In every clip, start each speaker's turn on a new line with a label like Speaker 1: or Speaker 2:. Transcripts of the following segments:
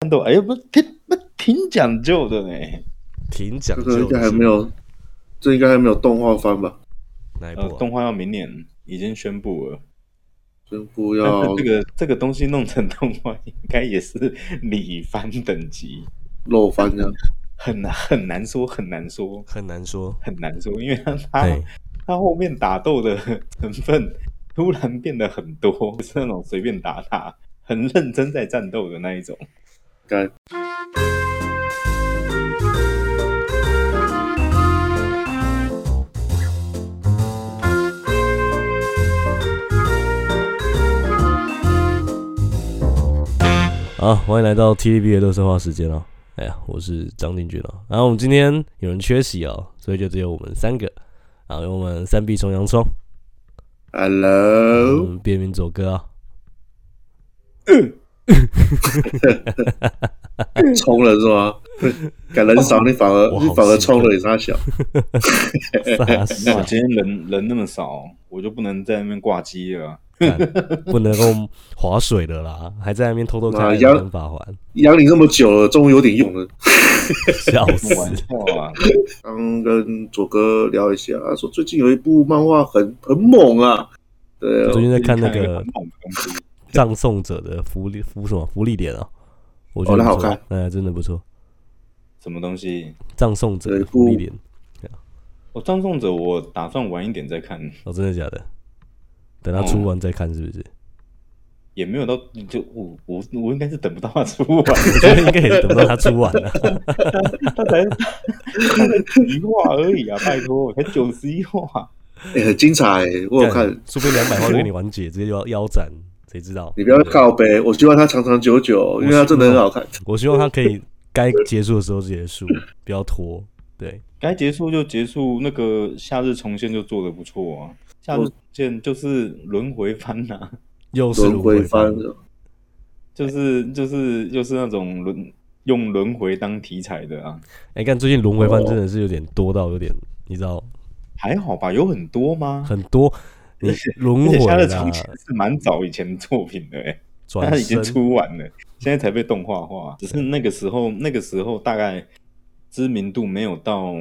Speaker 1: 战斗，哎呦，不挺不挺讲究的呢。
Speaker 2: 挺讲
Speaker 3: 嗯
Speaker 2: 究
Speaker 3: 这个
Speaker 2: 的。
Speaker 3: 应该还没有，这应该还没有动画番吧？
Speaker 2: 哪一
Speaker 1: 呃
Speaker 2: 部，啊、
Speaker 1: 动画要明年已经宣布了，
Speaker 3: 宣布
Speaker 1: 但
Speaker 3: 要
Speaker 1: 是这个这个东西弄成动画，应该也是里番等级，
Speaker 3: 漏番这样，
Speaker 1: 很难很难说，很难说，
Speaker 2: 很难说。
Speaker 1: 很难说，因为它它
Speaker 2: 对，
Speaker 1: 它后面打斗的成分突然变得很多，不是那种随便打打，很认真在战斗的那一种。
Speaker 3: 该
Speaker 2: 好，啊欢迎来到 TDB 的乐色话时间哦。哎呀，我是张定军哦。然后我们今天有人缺席哦，所以就只有我们三个。然后有我们三 B 重阳冲，我
Speaker 3: Hello，
Speaker 2: 们别名走 哥啊，
Speaker 3: 冲了是吗？ 感人少你反而
Speaker 2: 嗯哦我好
Speaker 3: 你反
Speaker 2: 兴
Speaker 3: 而
Speaker 2: 奋
Speaker 3: 冲了，你差小。
Speaker 2: 傻
Speaker 1: 那我
Speaker 2: 傻，
Speaker 1: 今天人人那么少，我就不能在那边挂机了。
Speaker 2: 干不能够划水的啦，还在那边偷偷
Speaker 3: 妈
Speaker 2: 看《
Speaker 3: 呀
Speaker 2: 人法环》，
Speaker 3: 养你这么久了，终于有点用了。
Speaker 2: 笑
Speaker 1: 开玩
Speaker 2: 死！
Speaker 1: 笑啊，
Speaker 3: 刚跟左哥聊一下，他说最近有一部漫画很很猛啊，对
Speaker 2: 最
Speaker 3: 哦，
Speaker 2: 近在看那
Speaker 1: 最近
Speaker 2: 个
Speaker 1: 很猛的东西，
Speaker 2: 葬送者的福利福什么福利点啊，我觉得
Speaker 3: 哦那
Speaker 2: 不
Speaker 3: 好
Speaker 2: 错
Speaker 3: 看，
Speaker 2: 哎，真的不错。
Speaker 1: 什么东西？
Speaker 2: 葬送者
Speaker 3: 有一
Speaker 2: 的福利
Speaker 3: 部
Speaker 2: 点，
Speaker 1: 我张颂者，我打算晚一点再看，
Speaker 2: 哦，真的假的？等他出
Speaker 1: 嗯
Speaker 2: 完再看是不 是？
Speaker 1: 也没有到就我我我应该是等不到他出完，
Speaker 2: 我觉得应该也是等不到他出完啊 了。
Speaker 1: 他才他才一话而已啊！拜托，我才九十一话，
Speaker 3: 哎、很精彩、我有 看，
Speaker 2: 说不定两百话就给你完结，直接就要腰斩，谁知道？
Speaker 3: 你不要靠背，我希望它长长久久，因为它真的很好看。
Speaker 2: 我希望他可以该结束的时候结束，不要拖。对，
Speaker 1: 该结束就结束。那个夏日重现就做的不错啊，夏日重现就是轮回番呐、啊，
Speaker 2: 又是
Speaker 3: 轮回番啊
Speaker 2: 翻，，
Speaker 1: 就是就是就是那种轮用轮回当题材的啊，
Speaker 2: 哎，看最近轮回
Speaker 1: 哦
Speaker 2: 翻真的是有点多到有点，你知道
Speaker 1: 还好吧？有很多吗？
Speaker 2: 很 多，你轮
Speaker 1: 而且
Speaker 2: 回
Speaker 1: 夏日
Speaker 2: 啦
Speaker 1: 重，现是蛮早以前的作品的哎、他
Speaker 2: 转
Speaker 1: 已经
Speaker 2: 身
Speaker 1: 出完了，现在才被动画化。只是那个时候，那个时候大概知名度没有到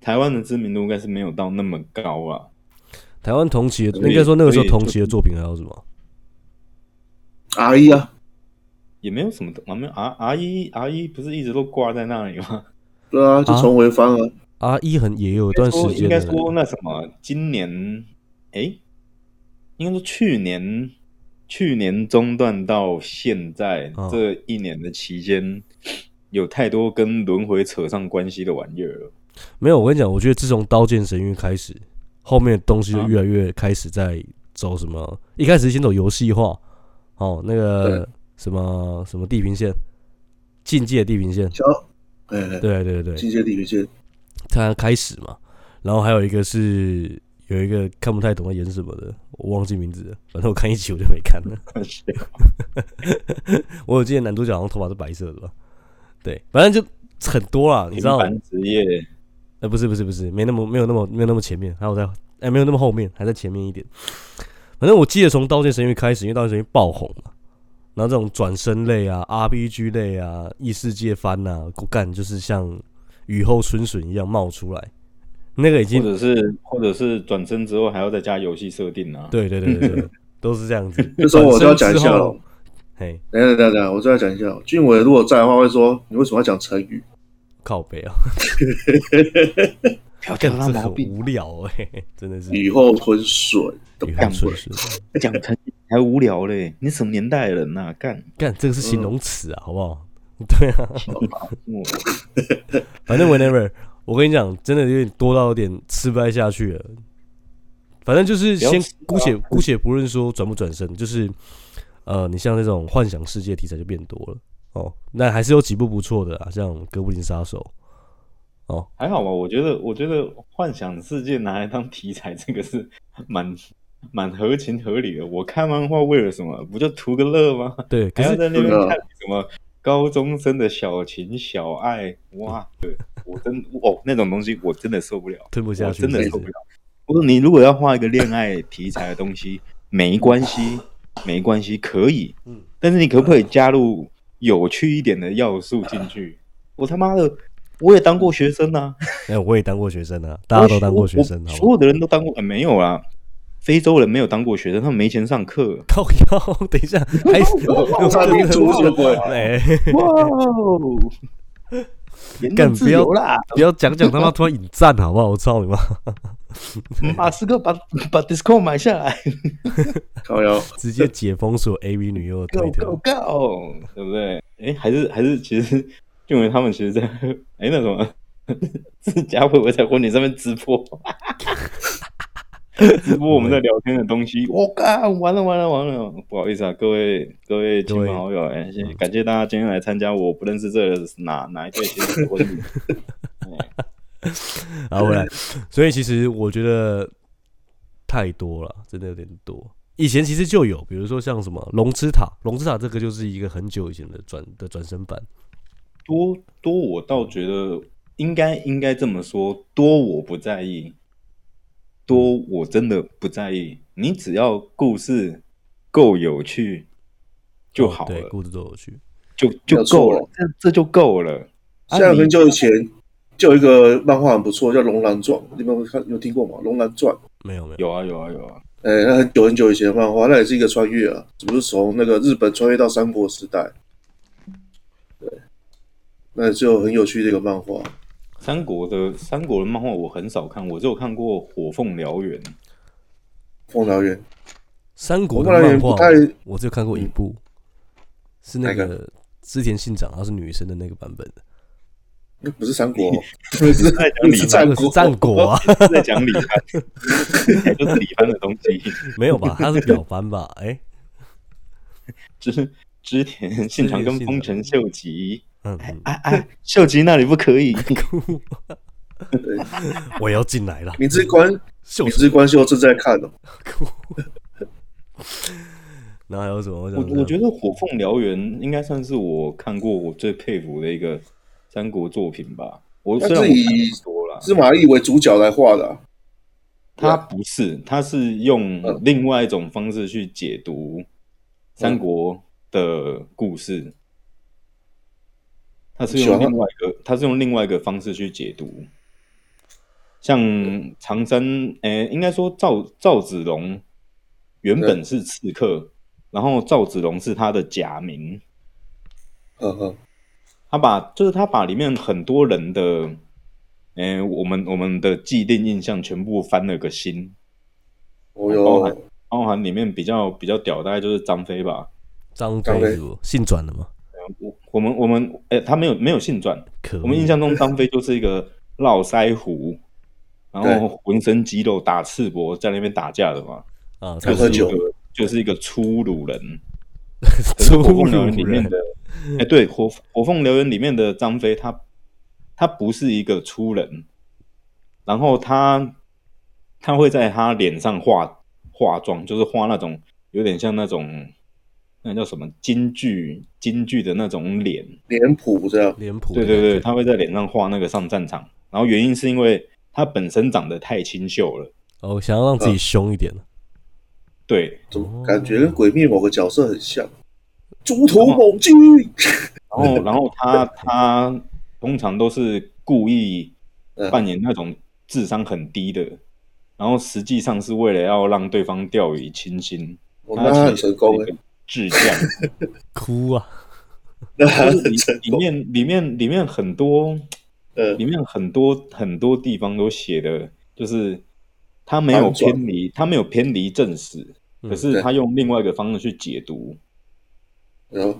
Speaker 1: 台湾的知名度，应该是没有到那么高啊。
Speaker 2: 台湾同期的，
Speaker 1: 所以
Speaker 2: 应该说那个时
Speaker 1: 所
Speaker 2: 候
Speaker 1: 以就
Speaker 2: 同期的作品还有什么？
Speaker 3: 阿姨啊，
Speaker 1: 也没有什么，我们 R R 一 R 一不是一直都挂在那里 吗？
Speaker 3: 对啊，就重回番啊，
Speaker 2: 啊，一很也有一段时
Speaker 1: 应
Speaker 2: 间
Speaker 1: 该
Speaker 2: 了
Speaker 1: 说那什么，今年哎、应该说去年去年中断到现在、
Speaker 2: 嗯
Speaker 1: 这一年的期间，有太多跟轮回扯上关系的玩意儿了。
Speaker 2: 没有，我跟你讲，我觉得自从《刀剑神域》开始，后面的东西就越来越开始在走什么。一开始先走游戏化，哦，那个
Speaker 3: 对
Speaker 2: 什么什么地平线，境界地平线，
Speaker 3: 小，哎、
Speaker 2: 对对对，
Speaker 3: 境界地平线，
Speaker 2: 它开始嘛。然后还有一个是有一个看不太懂在演什么的，我忘记名字了，反正我看一集我就没看了。 我有记得男主角好像头发是白色的吧？对，反正就很多啦，你
Speaker 1: 平
Speaker 2: 知道。
Speaker 1: 凡职业
Speaker 2: 呃，不是不是不是，没那么没有那么没有那么前面，还有在哎、没有那么后面，还在前面一点。反正我记得从《刀剑神域》开始，因为《刀剑神域》爆红嘛，然后这种转身类啊、RPG 类啊、异世界番呐、啊，我干就是像雨后春笋一样冒出来。那个
Speaker 1: 或
Speaker 2: 已经
Speaker 1: 者是或者是转身之后还要再加游戏设定啊。
Speaker 2: 对对对对 对，都是这样子。
Speaker 3: 这时候我就要讲
Speaker 2: 转
Speaker 3: 一
Speaker 2: 身之
Speaker 3: 下
Speaker 2: 后
Speaker 3: 了。，
Speaker 2: 嘿，
Speaker 3: 等一下等一下等一下，我就要讲一下，哦俊伟如果在的话会说，你为什么要讲成语？
Speaker 2: 靠背啊，
Speaker 1: 不要
Speaker 2: 干
Speaker 1: 讲
Speaker 2: 这
Speaker 1: 他
Speaker 2: 很
Speaker 1: 毛病，
Speaker 2: 无聊哎、 真的是
Speaker 3: 雨后春笋，
Speaker 2: 雨后
Speaker 1: 干
Speaker 2: 春
Speaker 1: 鬼
Speaker 2: 笋。
Speaker 1: 讲成语还无聊嘞！你什么年代的人呐、 干
Speaker 2: 干这个是
Speaker 3: 嗯
Speaker 2: 形容词啊，好不好？对啊，
Speaker 1: 我
Speaker 2: 反正 whenever，我跟你讲，真的有点多到有点吃不太下去了。反正就是
Speaker 1: 不要
Speaker 2: 先
Speaker 1: 吃啊
Speaker 2: 姑且姑且不论说转不转身，就是呃，你像那种幻想世界题材就变多了哦。那还是有几部不错的啊，像《哥布林杀手》哦，
Speaker 1: 还好吧？我觉得我觉得幻想世界拿来当题材，这个是 蛮蛮合情合理的。我看漫画为了什么？不就图个乐吗？
Speaker 2: 对， 可
Speaker 1: 还要
Speaker 2: 是
Speaker 1: 在那边
Speaker 3: 真的
Speaker 1: 看什么高中生的小情小爱？哇，对我真 哦那种东西我真的受不了。
Speaker 2: 吞不下
Speaker 1: 我
Speaker 2: 去，
Speaker 1: 真的
Speaker 2: 是
Speaker 1: 受
Speaker 2: 不
Speaker 1: 不
Speaker 2: 是
Speaker 1: 了。我说你如果要画一个恋爱题材的东西，没关系，没关系，可以。
Speaker 2: 嗯
Speaker 1: 但是你可不可以加入有趣一点的要素进去。我他妈的，我也当过学生啊，
Speaker 2: 哎、我也当过学生啊，大家都当过学生，
Speaker 1: 我
Speaker 2: 好
Speaker 1: 所
Speaker 2: 不好？。
Speaker 1: 有的人都当过，呃、没有啊。非洲人没有当过学生，他们没钱上课
Speaker 2: 靠腰，等一下，还是
Speaker 3: 我差点说什么？
Speaker 2: 哎、
Speaker 1: 哇哦，言
Speaker 2: 干
Speaker 1: 论
Speaker 2: 不
Speaker 1: 自
Speaker 2: 要
Speaker 1: 由啦！
Speaker 2: 不要讲讲他妈突然引战好不好？我操你妈！
Speaker 1: 马斯克把把 Discord 买下来
Speaker 3: 靠
Speaker 1: 啊
Speaker 3: 腰，
Speaker 2: 直接解封所有 AV 女优的推
Speaker 1: ，Go
Speaker 2: 特
Speaker 1: Go。Go，对不对？哎，还是还是，其实就因为他们其实在 哎那什么， 自家会不会在婚礼上面直播？ 直播我们在聊天的东西，我干完了完了完了！不好意思啊，各位各位亲朋好友，哎，谢谢感谢大家今天来参加我不认识这哪哪一对新人的婚礼。
Speaker 2: 然后来，所以其实我觉得太多了，真的有点多。以前其实就有，比如说像什么龙之塔，龙之塔这个就是一个很久以前的转的转身版。
Speaker 1: 多多，我倒觉得应该应该这么说，多我不在意，多我真的不在意。你只要故事够有趣就好
Speaker 2: 哦对，
Speaker 1: 了，
Speaker 2: 故事都有趣。
Speaker 1: 就就够
Speaker 3: 没有
Speaker 1: 了，这这就够了。啊
Speaker 3: 像
Speaker 1: 你
Speaker 3: 很久以前就有一个漫画很不错，叫《龙兰传》，你们有看有听过吗？《龙兰传》。
Speaker 2: 没有没有，
Speaker 1: 有啊有啊有啊，
Speaker 3: 哎、那很久很久以前的漫画，那也是一个穿越啊，只不是从那个日本穿越到三国时代。对，那就很有趣的一个漫画。
Speaker 1: 三国的三国的漫画我很少看，我只有看过《火凤燎原》。
Speaker 3: 凤燎原
Speaker 2: 三国的
Speaker 3: 我后来也
Speaker 2: 漫画
Speaker 3: 不太
Speaker 2: 我只有看过一部，是那
Speaker 3: 哪
Speaker 2: 个织田信长，她是女生的那个版本的。
Speaker 3: 那不是三 国、哦，那是
Speaker 1: 在讲李
Speaker 3: 是
Speaker 2: 那
Speaker 3: 战
Speaker 2: 个是
Speaker 3: 国，
Speaker 2: 战国 啊，
Speaker 1: 是在讲李帆，就是李帆的东西，
Speaker 2: 没有吧？她是表番吧？哎，
Speaker 1: 就是织田信长跟丰臣秀吉。
Speaker 2: 嗯，嗯
Speaker 1: 啊啊，秀吉那里不可 以。
Speaker 3: 啊
Speaker 2: 我也要进来了。
Speaker 3: 明治关
Speaker 2: 秀
Speaker 3: 明治关秀正在看哦。
Speaker 2: 然后还有什么？
Speaker 3: 啊
Speaker 1: 我我觉
Speaker 2: 得
Speaker 1: 得《火凤燎原》应该算是我看过我最佩服的一个三国作品吧。我
Speaker 3: 它
Speaker 1: 虽然我
Speaker 3: 是以
Speaker 1: 看很多啦，
Speaker 3: 司马懿为主角来画的
Speaker 1: 他
Speaker 3: 啊、
Speaker 1: 不是，他是用
Speaker 3: 嗯
Speaker 1: 另外一种方式去解读三国的故事。他是
Speaker 3: 喜欢
Speaker 1: 用
Speaker 3: 吗
Speaker 1: 另外一个，他是用另外一个方式去解读。像常山，诶、应该说赵赵子龙原本是刺客，然后赵子龙是他的假名。
Speaker 3: 嗯嗯，
Speaker 1: 他把就是他把里面很多人的，诶、我们我们的既定印象全部翻了个新，
Speaker 3: 我
Speaker 1: 哦包含
Speaker 3: 有
Speaker 1: 包含里面比较比较屌，大概就是张飞吧。
Speaker 2: 张
Speaker 3: 张
Speaker 2: 飞
Speaker 3: 飞
Speaker 2: 是不性转了吗？
Speaker 1: 我我们我们诶、他没有没有性转，
Speaker 2: 可恶
Speaker 1: 我们印象中张飞就是一个络腮胡，然后浑身肌肉打赤膊在那边打架的嘛，
Speaker 2: 啊，
Speaker 3: 不
Speaker 1: 就
Speaker 3: 喝
Speaker 1: 是一
Speaker 3: 酒
Speaker 1: 个就是一个粗鲁人。可是
Speaker 2: 出
Speaker 1: 呃火凤燎原》里
Speaker 2: 辱
Speaker 1: 面
Speaker 2: 人
Speaker 1: 的，哎、对，火《火凤燎原》里面的张飞，他他不是一个粗人，然后他他会在他脸上化化妆，就是画那种有点像那种那叫什么京剧京剧的那种脸，
Speaker 3: 脸谱这样。
Speaker 2: 脸谱
Speaker 1: 对
Speaker 2: 的
Speaker 1: 对
Speaker 2: 感觉，
Speaker 1: 对，他会在脸上画那个上战场，然后原因是因为他本身长得太清秀了，
Speaker 2: 哦，想要让自
Speaker 1: 嗯
Speaker 2: 己凶一点，
Speaker 1: 对，
Speaker 3: 怎
Speaker 2: 哦
Speaker 3: 么感觉跟鬼灭某个角色很像？猪头猛进，
Speaker 1: 然后，然后 他他通常都是故意
Speaker 3: 嗯
Speaker 1: 扮演那种智商很低的，然后实际上是为了要让对方掉以轻心。
Speaker 3: 我
Speaker 1: 他
Speaker 3: 那他很
Speaker 1: 其实
Speaker 3: 成功
Speaker 1: 是一
Speaker 3: 哎，
Speaker 1: 个智将，
Speaker 2: 哭啊，
Speaker 3: 那 他
Speaker 1: 就是
Speaker 3: 很
Speaker 1: 里
Speaker 3: 成
Speaker 1: 里
Speaker 3: 功。
Speaker 1: 面里面里面很多
Speaker 3: 嗯
Speaker 1: 里面很多很多地方都写的，就是他没有
Speaker 3: 反转
Speaker 1: 偏离，他没有偏离正史，
Speaker 2: 嗯
Speaker 1: 可是
Speaker 3: 对
Speaker 1: 他用另外一个方式去解读，
Speaker 3: 然后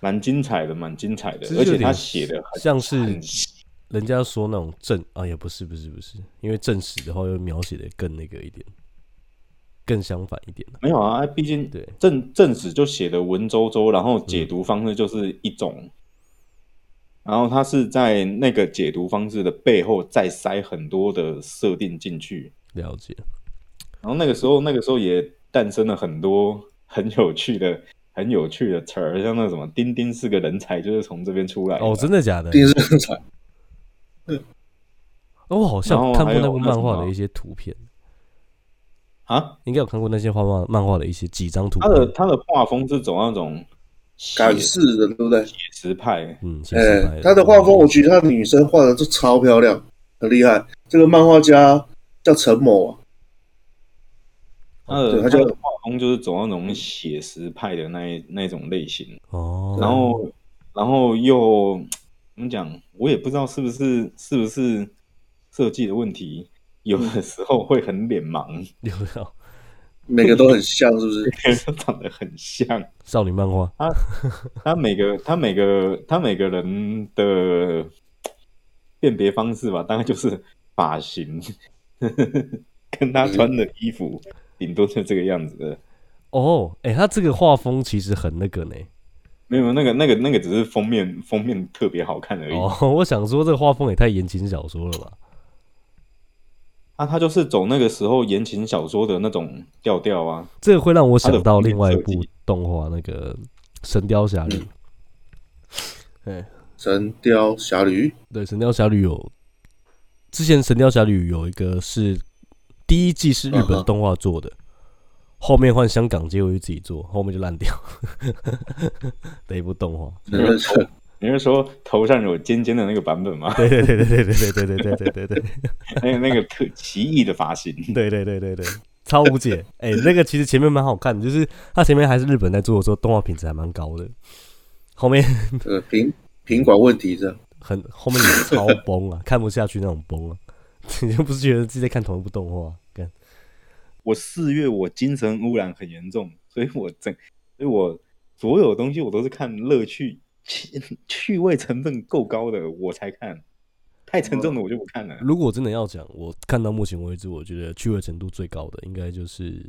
Speaker 1: 蛮精彩的，蛮精彩的
Speaker 2: 这，就
Speaker 1: 而且
Speaker 2: 有
Speaker 1: 他
Speaker 2: 点
Speaker 1: 写的很
Speaker 2: 像是
Speaker 1: 很细
Speaker 2: 人家说那种正啊，也不是不是不是，因为正史的话又描写的更那个一点，更相反一点了
Speaker 1: 没有啊，毕竟
Speaker 2: 对
Speaker 1: 正正史就写的文绉绉，然后解读方式就是一种，
Speaker 2: 嗯
Speaker 1: 然后他是在那个解读方式的背后再塞很多的设定进去，
Speaker 2: 了解，
Speaker 1: 然后那个时
Speaker 2: 嗯
Speaker 1: 候那个时候也诞生了很多很有趣的。 很有趣的词儿，像那什么“丁丁是个人才”，就是从这边出来的
Speaker 2: 哦，真的假的？
Speaker 3: 定是很惨。
Speaker 2: 哦，我好像
Speaker 1: 然后
Speaker 2: 看过
Speaker 1: 还有
Speaker 2: 那部
Speaker 1: 那什
Speaker 2: 漫画
Speaker 1: 么
Speaker 2: 的一些图片，
Speaker 1: 啊。
Speaker 2: 应该有看过那些画漫漫画的一些几张图
Speaker 1: 他的
Speaker 2: 片，
Speaker 1: 他的画风是走那种
Speaker 3: 敢世人，对不对？
Speaker 1: 写实派，
Speaker 2: 嗯，写
Speaker 3: 哎、
Speaker 2: 实派
Speaker 3: 他的画风，我觉得他的女生画的都超漂亮，很厉害。这个漫画家叫陈某啊，
Speaker 1: 他
Speaker 3: 对
Speaker 1: 的他
Speaker 3: 他就
Speaker 1: 的画风就是走那种写实派的那一那种类型，
Speaker 2: 哦，
Speaker 1: 然后然后又怎么讲，我也不知道是不是是不是设计的问题，有的时候会很脸盲，
Speaker 2: 有有
Speaker 3: 每个都很像，是不是？
Speaker 1: 长得很像。
Speaker 2: 少女漫画，
Speaker 1: 他每个他每个他每个人的辨别方式吧，大概就是发型，跟他穿的衣服，顶多就这个样子的。
Speaker 2: 哦，哎、他这个画风其实很那个呢。
Speaker 1: 没有，那个那个那个只是封面封面特别好看而已。
Speaker 2: 哦，我想说这个画风也太言情小说了吧？
Speaker 1: 啊，他就是走那个时候言情小说的那种调调啊。
Speaker 2: 这个会让我想到
Speaker 1: 它的封面
Speaker 2: 另外一部
Speaker 1: 设计
Speaker 2: 动画，那个《神雕侠
Speaker 3: 嗯
Speaker 2: 侣》。
Speaker 3: 《神雕侠侣》
Speaker 2: 对，《神雕侠侣》有之前，《神雕侠侣》有一个是第一季是日
Speaker 3: 嗯
Speaker 2: 本
Speaker 3: 哼
Speaker 2: 动画做的，后面换香港结果就自己做，后面就烂掉 的一部动画。
Speaker 3: 真
Speaker 1: 嗯
Speaker 3: 的是，
Speaker 1: 你是说头上有尖尖的那个版本吗？
Speaker 2: 对对对对对对对对对对对对对
Speaker 1: 那那个特奇异的发型，
Speaker 2: 对对对对对，超无解。哎、那个其实前面蛮好看的，就是它前面还是日本在做的时候，动画品质还蛮高的，后面
Speaker 3: 呃，品品管问题这样。
Speaker 2: 很后面也超崩 啊，看不下去那种崩啊， 你就不是觉得自己在看同一部动画？啊干
Speaker 1: 我四月我精神污染很严重，所以我整，所以我所有东西我都是看乐趣趣趣味成分够高的我才看，太沉重的我就不看了。
Speaker 2: 如果真的要讲，我看到目前为止，我觉得趣味程度最高的应该就是《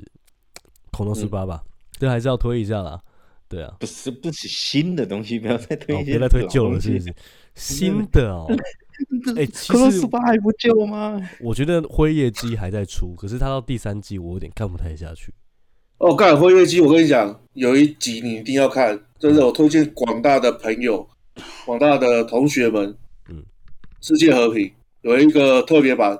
Speaker 2: 恐龙十八》吧，这、还是要推一下啦。对啊，
Speaker 1: 不是不是新的东西，不要再推
Speaker 2: 哦
Speaker 1: 一
Speaker 2: 不
Speaker 1: 些
Speaker 2: 要
Speaker 1: 老
Speaker 2: 再
Speaker 1: 东西、
Speaker 2: 推旧了，是不 是？新的哦，哎其实
Speaker 1: Cross 八还不旧吗？
Speaker 2: 我觉得《辉夜姬》还在出，可是它到第三季，我有点看不太下去。
Speaker 3: 哦，干《辉夜姬》，我跟你讲，有一集你一定要看，真的，我推荐广大的朋友、广大的同学们，
Speaker 2: 嗯，
Speaker 3: 世界和平有一个特别版，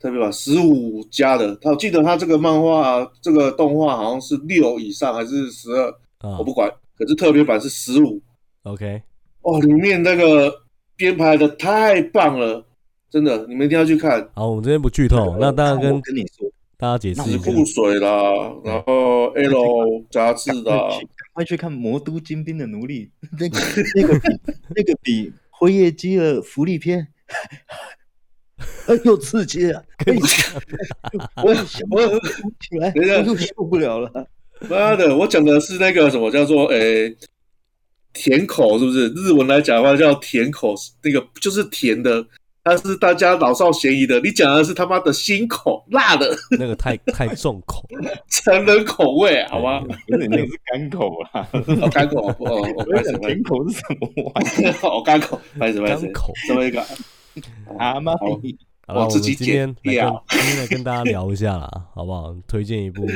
Speaker 3: 特别版十五加的，他我记得他这个漫画、啊这个动画好像是六以上还是十二，
Speaker 1: 哦
Speaker 2: 啊
Speaker 3: 我不管，可是特别版是十五，
Speaker 2: ，OK，
Speaker 3: 哦，里面那个编排的太棒了，真的，你们一定要去看。
Speaker 2: 好，我们这边不剧透，哦那大家
Speaker 1: 那
Speaker 2: 跟
Speaker 1: 我跟你说，
Speaker 2: 大家解
Speaker 1: 那
Speaker 2: 释
Speaker 1: 我
Speaker 2: 一
Speaker 1: 就
Speaker 2: 下
Speaker 1: 跟
Speaker 3: 露水啦，然后 L 杂志
Speaker 1: 赶
Speaker 3: 啦
Speaker 1: 快，去赶快去看《魔都精兵的奴隶》， 那个那个比那个比《辉夜姬》的福利片， 呃，又刺激 了，可以
Speaker 3: 我我
Speaker 1: 起来，
Speaker 3: 等一下
Speaker 1: 我又受不了了。
Speaker 3: 妈的，我讲的是那个什么叫做诶、甜口是不是？日文来讲的话叫甜口，那个就是甜的，但是大家老少咸宜的。你讲的是他妈的辛口辣的
Speaker 2: 那个太太重 口了，
Speaker 3: 成人口味，啊好吗？
Speaker 1: 不是，那个是干口 啦，
Speaker 3: 好干口，哦，我
Speaker 1: 我
Speaker 3: 开
Speaker 1: 想
Speaker 3: 始
Speaker 1: 甜口是什么玩意
Speaker 3: 好干口，开始开
Speaker 2: 刚
Speaker 3: 始，
Speaker 2: 口。
Speaker 3: 这么一个
Speaker 1: 儿啊？妈
Speaker 3: 好
Speaker 1: 咪
Speaker 2: 好了，
Speaker 3: 我
Speaker 2: 我
Speaker 3: 自
Speaker 2: 们
Speaker 3: 己
Speaker 2: 今天来跟
Speaker 3: 剪掉
Speaker 2: 今天来跟大家聊一下啦， 好不好？推荐一部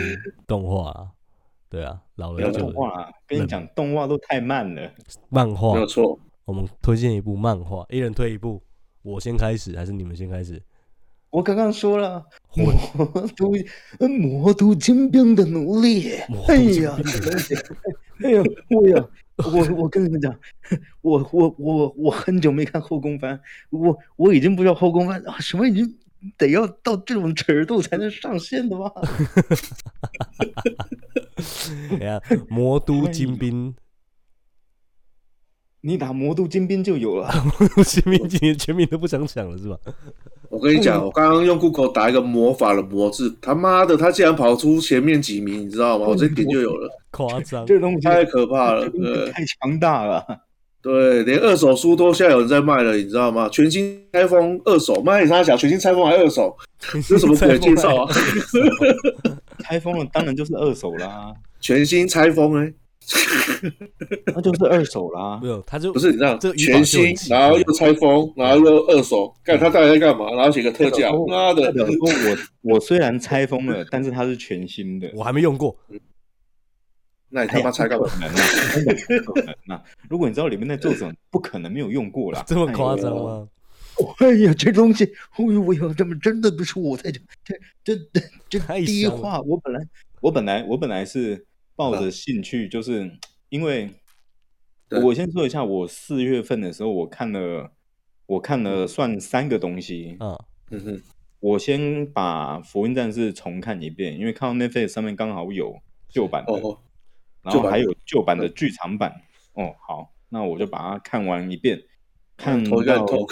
Speaker 2: 动画啊，对啊，老
Speaker 1: 不
Speaker 2: 了
Speaker 1: 要
Speaker 2: 就
Speaker 1: 动画啦，跟你讲，动画都太慢了。
Speaker 2: 漫画
Speaker 3: 没，有错。
Speaker 2: 我们推荐一部漫画，一人推一部，我先开始还是你们先开 始？
Speaker 1: 我刚刚说了，魔都呃魔都精兵的奴隶
Speaker 2: 魔。都
Speaker 1: 哎
Speaker 2: 精
Speaker 1: 呀，哎呀，我呀，我我跟你们讲，我我我我很久没看后宫番，我我已经不知道后宫番啊什么已经得要到这种尺度才能上线的吗？
Speaker 2: 等一下，《魔
Speaker 3: 哎
Speaker 2: 都精兵
Speaker 1: 你打魔都精兵就有了，》，
Speaker 2: 新兵今年全名都不想讲了是吧？
Speaker 3: 我跟你讲，我刚刚用 Google 打一个魔法的魔字，他妈的，他竟然跑出前面几名，你知道吗？我这点就有了，
Speaker 2: 夸张，
Speaker 1: 这东西
Speaker 3: 太可怕了。
Speaker 1: 这东
Speaker 3: 对
Speaker 1: 西太强大了。
Speaker 3: 对，连二手书都现在有人在卖了，你知道吗？全新拆封二手，妈你啥小全新拆封还二手，这什么鬼介绍 啊？
Speaker 1: 开封了当然就是二手啦，
Speaker 3: 全新拆封哎、
Speaker 1: 那就是二手啦
Speaker 2: 没。有，他就
Speaker 3: 不是你知道
Speaker 2: 这，语法
Speaker 3: 全
Speaker 2: 就很
Speaker 3: 新，
Speaker 2: 奇怪
Speaker 3: 然后又拆封，然后又二手，干他到底在干嘛？然后写个特价，妈
Speaker 1: 代
Speaker 3: 的，
Speaker 1: 表说我我虽然拆封了，但是它是全新的。
Speaker 2: 我还没用过，
Speaker 3: 那你他妈拆干嘛？
Speaker 1: 可能啊，真的不可能啊！如果你知道里面在做什么，不可能没有用过啦。
Speaker 2: 这么夸
Speaker 1: 哎
Speaker 2: 张
Speaker 1: 呦？
Speaker 2: 吗？
Speaker 1: 哎呀，这东西，哎呦我呀，这么真的不是我在讲，这这这
Speaker 2: 太
Speaker 1: 这第一
Speaker 2: 香了
Speaker 1: 话，我本来我本来我本来是抱着兴趣，就是因为
Speaker 3: 嗯对
Speaker 1: 我先说一下，我四月份的时候，我看了，我看了算三个东西。
Speaker 2: 啊，
Speaker 3: 嗯哼，
Speaker 1: 我先把《福音战士》重看一遍，因为看到 Netflix 上面刚好有旧版的，
Speaker 3: 哦，
Speaker 1: 然后
Speaker 3: 旧版嗯
Speaker 1: 还有旧版的剧场版。哦，好，那我就把它看完一
Speaker 3: 嗯
Speaker 1: 遍，看
Speaker 3: 头看
Speaker 1: 到
Speaker 3: 头，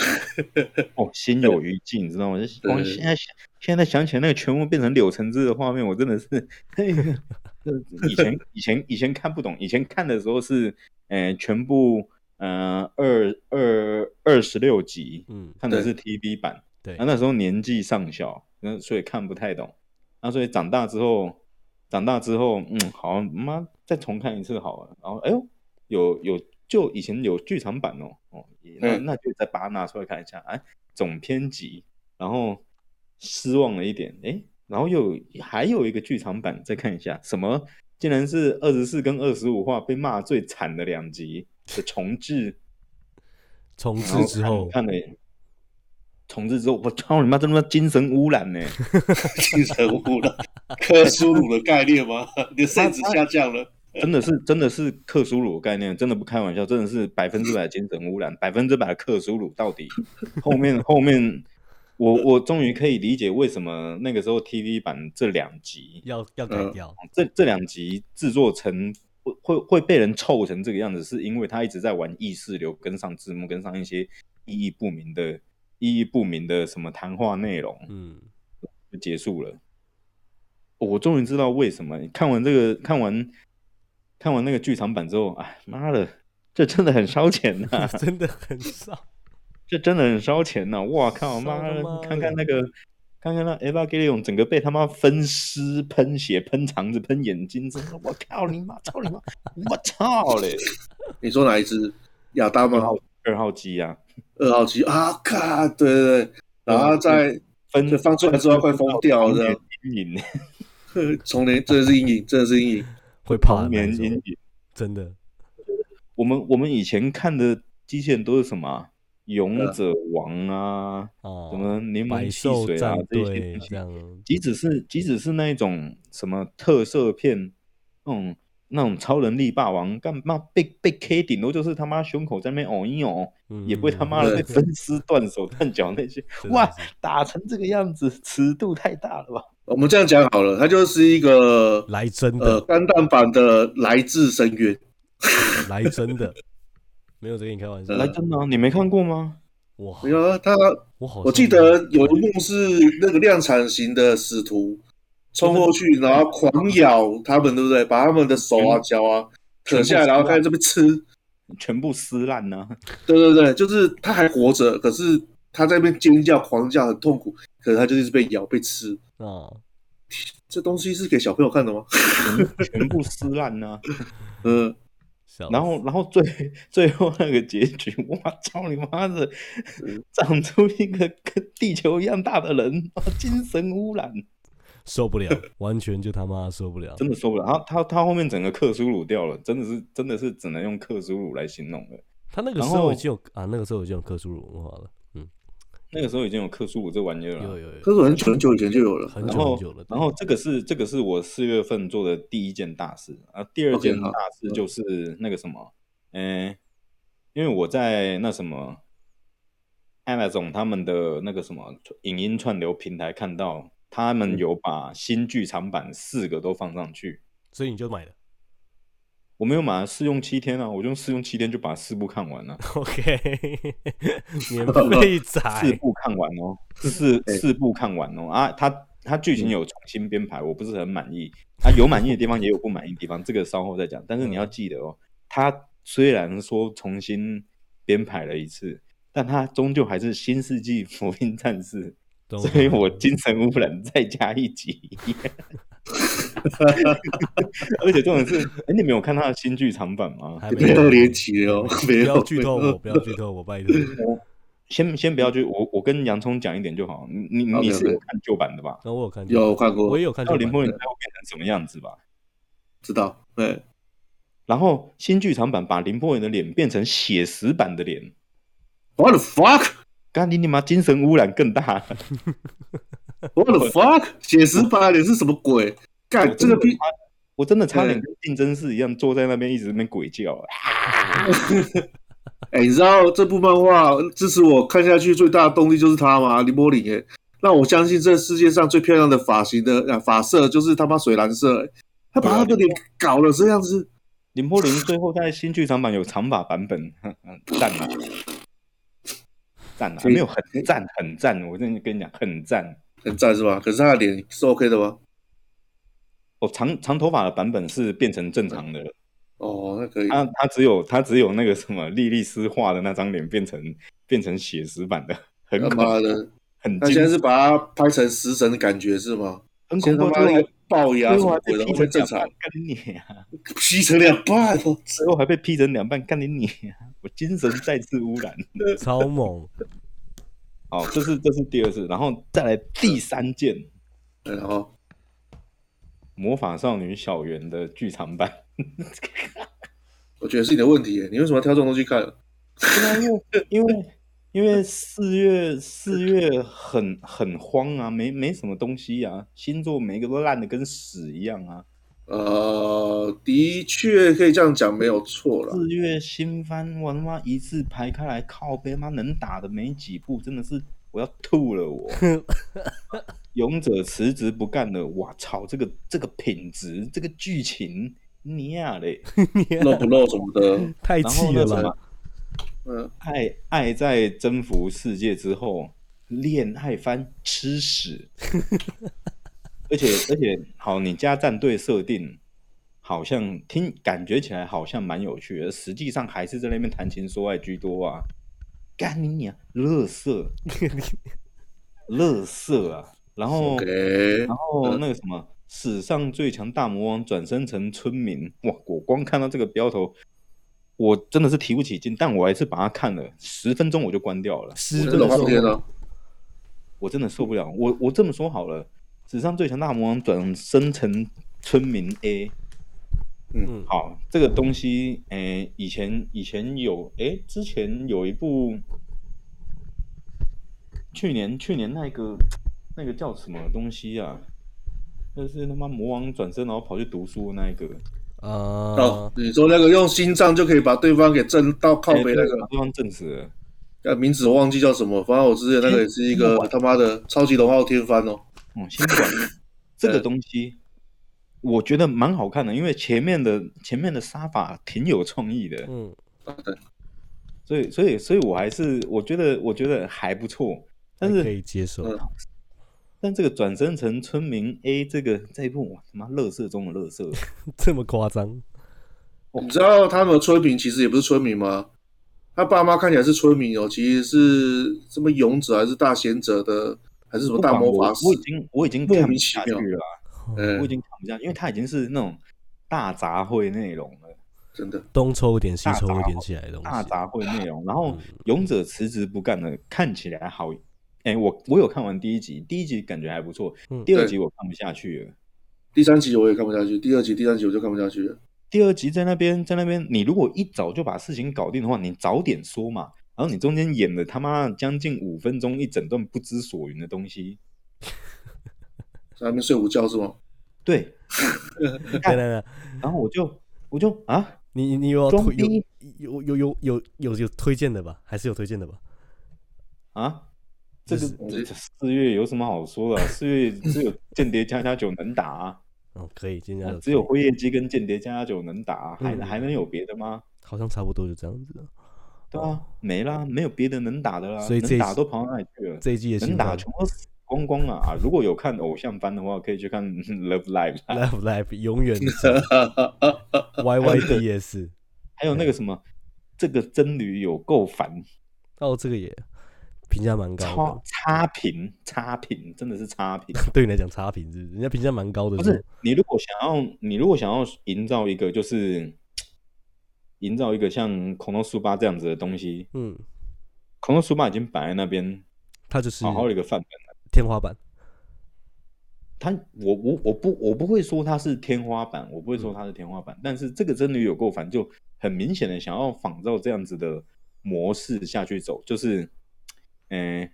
Speaker 1: 哦，心有余悸，你知道吗？就是
Speaker 3: 对
Speaker 1: 光现在想现在想起来那个全部变成柳橙汁的画面，我真的是，嘿 这以前以前以前看不懂，以前看的时候是，呃，全部呃二二二十六集，
Speaker 2: 嗯，
Speaker 1: 看的是 TV 版，
Speaker 2: 对
Speaker 3: 啊
Speaker 1: 那、，那时候年纪尚小，那所以看不太懂，那所以长大之后，长大之后，嗯，好，妈再重看一次好了，然后哎呦，有有就以前有剧场版哦，哦，也那
Speaker 3: 嗯
Speaker 1: 那就再把它拿出来看一下，哎，总篇集，然后失望了一点，哎，然后又有还有一个剧场版再看一下，什么竟然是二十四跟二十五话被骂最惨的两集的重置。
Speaker 2: 重
Speaker 1: 然后
Speaker 2: 置之后，
Speaker 1: 看看了，重置之后，我操你妈，真他妈精神污染呢、欸
Speaker 3: 精神污染，克苏鲁的概念 吗？你的肾值下降了，
Speaker 1: 真的是真的是克苏鲁概念，真的不开玩笑，真的是百分之百的精神污染，百分之百的克苏鲁到底。后面后面，我我终于可以理解为什么那个时候 TV 版这两集，
Speaker 2: 要要改
Speaker 3: 嗯
Speaker 2: 掉，
Speaker 1: 这这两集制作成。会会会被人臭成这个样子，是因为他一直在玩意识流，跟上字幕，跟上一些意义不明的、意义不明的什么谈话内容。
Speaker 2: 嗯，
Speaker 1: 就结束了。我终于知道为什么看完这个，看完看完那个剧场版之后，哎妈的，这真的很烧钱呐、
Speaker 2: 真的很少，
Speaker 1: 这真的很烧钱呐、我靠，
Speaker 2: 烧他
Speaker 1: 妈的
Speaker 2: 妈，的
Speaker 1: 看看那个，看看那 Evangelion 整个被他妈分尸、喷血、喷肠子、喷眼睛，真的，我靠你妈，操你妈，我操嘞！
Speaker 3: 你说哪一只？亚当
Speaker 1: 二
Speaker 3: 吗？
Speaker 1: 号二号机啊，
Speaker 3: 二号机啊，嘎，对对对，然后再
Speaker 1: 分
Speaker 3: 这放出来之后快疯掉了这样，
Speaker 1: 阴影，
Speaker 3: 呵从年真的是阴影，真的是阴影。
Speaker 2: 会怕
Speaker 1: 童
Speaker 2: 的
Speaker 1: 年
Speaker 2: 那
Speaker 1: 阴
Speaker 2: 种
Speaker 1: 影，。
Speaker 2: 真的，
Speaker 1: 我们我们以前看的机器人都是什么啊、勇者王啊，
Speaker 2: 哦，
Speaker 1: 什么柠
Speaker 2: 百
Speaker 1: 檬汽
Speaker 2: 兽
Speaker 1: 水啊
Speaker 2: 战
Speaker 1: 这些
Speaker 2: 队
Speaker 1: 东
Speaker 2: 这
Speaker 1: 西。
Speaker 2: 样，
Speaker 1: 即使是即使是那一种什么特色片，那种那种超能力霸王，干嘛被被 K 顶多就是他妈胸口在那边哦一哦，
Speaker 2: 嗯
Speaker 1: 也不会他妈的被分尸断 手断脚那些。哇，打成这个样子，尺度太大了吧？
Speaker 3: 我们这样讲好了，它就是一个
Speaker 2: 来真
Speaker 3: 呃
Speaker 2: 的，
Speaker 3: 肝蛋版的来自深渊，
Speaker 2: 来真的，没有在跟你开玩笑，
Speaker 1: 来真的啊、你没看过吗？
Speaker 2: 哇，
Speaker 3: 你看它，
Speaker 2: 我好像，
Speaker 3: 我记得有一幕是那个量产型的使徒冲过去，然后狂咬他们，对不对？把他们的手啊、脚啊扯下来，然后开始这边吃。
Speaker 1: 全部撕烂啊呢、
Speaker 3: 对对对，就是他还活着，可是他在那边尖叫、狂叫，很痛苦，可是他就一直被咬、被吃。
Speaker 2: 啊，
Speaker 3: 这东西是给小朋友看的吗？
Speaker 1: 全 部撕烂啊呢、
Speaker 3: 嗯，
Speaker 2: 笑
Speaker 1: 然后，然后最最后那个结局，我操你妈的， 长出一个跟地球一样大的人，啊精神污染，
Speaker 2: 受不了，完全就他妈受不了，
Speaker 1: 真的受不了。他他他后面整个克苏鲁掉了，真的是真的是只能用克苏鲁来形容了。
Speaker 2: 他那个时
Speaker 1: 然
Speaker 2: 候
Speaker 1: 后
Speaker 2: 已经有啊，那个时候已经有克苏鲁文化了，嗯，
Speaker 1: 那个时候已经有克苏鲁这玩意儿
Speaker 2: 有
Speaker 1: 了。
Speaker 2: 有有，
Speaker 3: 可是我很久很久以前就有了。
Speaker 2: 很
Speaker 1: 然
Speaker 2: 久很
Speaker 1: 后
Speaker 2: 久了，，
Speaker 1: 然后这个是这个是我四月份做的第一件大事啊，第二
Speaker 3: OK，
Speaker 1: 件
Speaker 3: 好
Speaker 1: 大事
Speaker 2: 嗯
Speaker 1: 就是那个什么，嗯、因为我在那什么 Amazon 他们的那个什么影音串流平台看到，他
Speaker 2: 嗯
Speaker 1: 们有把新剧场版四个都放上去。
Speaker 2: 所以你就买了
Speaker 1: 我没有买试用七天啊，我就用试用七天就把四部看完了，
Speaker 2: ，OK，免 费
Speaker 1: 四
Speaker 2: 仔，
Speaker 1: 部看完哦，四
Speaker 3: 对
Speaker 1: 四部看完哦啊，它它剧情有重新编排，我不是很满意啊，有满意的地方也有不满意的地方，这个稍后再讲。但是你要记得哦，它虽然说重新编排了一次，但它终究还是新世纪福音战士，
Speaker 2: 懂
Speaker 1: 所以我精神污染再加一集。 而且重点是，哎、你没有看他的新剧场版吗？
Speaker 2: 还
Speaker 3: 你
Speaker 2: 没
Speaker 3: 不要连起哦，
Speaker 2: 不
Speaker 3: 没有
Speaker 2: 要剧透我，不要剧透我， 拜托。
Speaker 1: 先先不要去，我我跟洋葱讲一点就好。你你你
Speaker 3: OK，OK
Speaker 1: 是有看旧版的吧？
Speaker 2: 那我有看，
Speaker 3: 有，看过
Speaker 2: 我也，有看
Speaker 1: 到
Speaker 2: 旧
Speaker 1: 林
Speaker 2: 版
Speaker 1: 波，
Speaker 2: 的，
Speaker 1: 你知道会变成什么样子吧？
Speaker 3: 知道，哎对，
Speaker 1: 然后新剧场版把林波人的脸变成写实版的脸，
Speaker 3: What the fuck?
Speaker 1: 干你你妈精神污染更大。
Speaker 3: What the fuck? 写实版脸是什么鬼？干这个
Speaker 1: 逼
Speaker 3: 比，
Speaker 1: 我真的差点跟竞争室一样坐在那边一直在那边鬼叫、啊。
Speaker 3: 哎、你知道这部漫画支持我看下去最大的动力就是他吗？林波林哎，那我相信这世界上最漂亮的发型的啊发色就是他妈水蓝色、哎，他把他
Speaker 1: 啊
Speaker 3: 的脸搞了这样子，
Speaker 1: 林波林最后在新剧场版有长发版本，哼哼赞啊，赞啊，
Speaker 3: 所以
Speaker 1: 没有很赞，很赞，我真的跟你讲，很赞。
Speaker 3: 很赞是吧？可是他的脸是 OK 的吗？
Speaker 1: 哦，长长头发的版本是变成正常的了，
Speaker 3: 哦，那可以。
Speaker 1: 他他只有他只有那个什么莉莉丝画的那张脸变成变成写实版的，很
Speaker 3: 他
Speaker 1: 恐
Speaker 3: 妈
Speaker 1: 怖，
Speaker 3: 的，
Speaker 1: 很
Speaker 3: 他现
Speaker 1: 惊
Speaker 3: 在是把它拍成食神的感觉是吗？
Speaker 1: 很
Speaker 3: 现
Speaker 1: 恐
Speaker 3: 在
Speaker 1: 怖
Speaker 3: 他，妈那个龅牙
Speaker 1: 最
Speaker 3: 什
Speaker 1: 后
Speaker 3: 么
Speaker 1: 还
Speaker 3: 鬼
Speaker 1: 被
Speaker 3: 的
Speaker 1: 劈
Speaker 3: 会
Speaker 1: 成
Speaker 3: 正
Speaker 1: 两
Speaker 3: 常
Speaker 1: 半，，干你啊娘！
Speaker 3: 劈成两半，我
Speaker 1: 最后还被劈成两半，干你你！啊我精神再次污染。
Speaker 2: 超猛，
Speaker 1: 好，这是这是第二次，然后再来第三件《
Speaker 3: 然后
Speaker 1: 魔法少女小圆》的剧场版。
Speaker 3: 我觉得是你的问题耶，你为什么要挑这种东西看？
Speaker 1: 对啊因为因为因为四月四月很很慌啊，没没什么东西啊，星座每一个都烂的跟屎一样啊。
Speaker 3: 呃，的确可以这样讲，没有错啦。
Speaker 1: 四月新番，我他妈一字排开来，靠背妈能打的没几部，真的是我要吐了 我。勇者辞职不干了，哇操，这个这个品质，这个剧情，你呀、嘞！啊
Speaker 3: 露不露什么的，
Speaker 2: 太
Speaker 1: 然后
Speaker 2: 气
Speaker 1: 那
Speaker 2: 了
Speaker 1: 什么
Speaker 2: 吧？
Speaker 3: 嗯，
Speaker 1: 爱爱在征服世界之后，恋爱番吃屎，而且而且好，你加战队设定好像听感觉起来好像蛮有趣的，实际上还是在那边谈情说爱居多啊，干你娘，乐色，乐色啊！然后
Speaker 3: OK，
Speaker 1: 然后呃那个什么，史上最强大魔王转身成村民，哇！我光看到这个标头，我真的是提不起劲，但我还是把它看了十分钟，我就关掉了，
Speaker 2: 十
Speaker 3: 这
Speaker 2: 分
Speaker 3: 种画片
Speaker 2: 钟，
Speaker 3: 呢，
Speaker 1: 我真的受不了。我我这么说好了，史上最强大魔王转身成村民 A，
Speaker 2: 嗯，
Speaker 1: 好，这个东西，诶、以前以前有，诶、之前有一部，去年去年那个那个叫什么东西啊？就是他妈魔王转身然后跑去读书的那一个，
Speaker 2: 啊
Speaker 3: 哦，，你说那个用心脏就可以把对方给震到靠
Speaker 1: 诶
Speaker 3: 背那
Speaker 1: 把
Speaker 3: 个，
Speaker 1: 对方震死了。
Speaker 3: 呃，名字我忘记叫什么，反正我之前那个也是一个
Speaker 1: 啊
Speaker 3: 他妈的超级龙傲天翻哦，
Speaker 1: 哦，先 管这个东西，我觉得蛮好看的，因为前面的前面的杀法挺有创意的，
Speaker 2: 嗯，
Speaker 1: 哦所以所以所以我还是我觉得我觉得还不错，但
Speaker 2: 还可
Speaker 1: 是
Speaker 2: 以接受，
Speaker 3: 嗯
Speaker 1: 但这个转身成村民 A 这个这一部，哇他妈乐色中的乐色，
Speaker 2: 这么夸张？
Speaker 3: 你知道他们的村民其实也不是村民吗？他爸妈看起来是村民哦，其实是什么勇者还是大贤者的，还是什么大魔法师
Speaker 1: 我？我已经我已经
Speaker 3: 莫
Speaker 1: 看不
Speaker 3: 名其
Speaker 1: 下去
Speaker 3: 妙
Speaker 1: 了，我
Speaker 3: 嗯
Speaker 1: 已，经看不下去，因为它已经是那种大杂烩内容了。
Speaker 3: 真的，
Speaker 2: 东抽一点，西抽一点起来的东
Speaker 1: 大
Speaker 2: 西，嗯
Speaker 1: 杂烩内容。然后勇者辞职不干了，看起来好。哎、我我有看完第一集，第一集感觉还不错
Speaker 2: 嗯，
Speaker 1: 第二集我看不下去了。
Speaker 3: 第三集我也看不下去，第二集、第三集我就看不下去了。
Speaker 1: 第二集在那边，在那边，你如果一早就把事情搞定的话，你早点说嘛。然后你中间演了他妈将近五分钟一整段不知所云的东西，
Speaker 3: 在那边睡午觉是吗？
Speaker 1: 对。
Speaker 2: 对对对，
Speaker 1: 然后我就我就啊，
Speaker 2: 你你有要
Speaker 1: 装
Speaker 2: 推
Speaker 1: 逼
Speaker 2: 有有有有有有有推荐的吧？还是有推荐的吧？
Speaker 1: 啊，这个
Speaker 3: 就 是
Speaker 1: 这四月有什么好说的啊？四月只有间谍加加九能打、啊，
Speaker 2: 嗯，可以，今天要
Speaker 1: 只有辉夜姬跟间谍加加九能打啊、还
Speaker 2: 嗯
Speaker 1: 还能有别的吗？
Speaker 2: 好像差不多就这样子了。
Speaker 1: 对啊，没啦，没有别的能打的啦，
Speaker 2: 哦所以这一
Speaker 1: 能打都跑到哪里去了？
Speaker 2: 这一季的新
Speaker 1: 能打
Speaker 2: 番
Speaker 1: 全部都死光光啊！啊，如果有看偶像番的话，可以去看 Love Live，啊
Speaker 2: Live Live 永远
Speaker 1: 还有
Speaker 2: YYDS，
Speaker 1: 还有那个什么，这个真女有够烦，
Speaker 2: 哦，这个也评价蛮高
Speaker 1: 超差评，差评真的是差 评。
Speaker 2: 的，对你来讲差评是不是？人家评价蛮高的，
Speaker 1: 不
Speaker 2: 是
Speaker 1: 是你如果想要，你如果想要营造一个就是营造一个像恐龙书吧这样子的东西，
Speaker 2: 嗯，
Speaker 1: 恐龙书吧已经摆在那边，
Speaker 2: 它就是
Speaker 1: 好好的一个范本了。
Speaker 2: 天花板，
Speaker 1: 它我我我不我不会说它是天花板，我不会说它是天花板，但是这个真女有够烦，就很明显的想要仿照这样子的模式下去走，就是，嗯、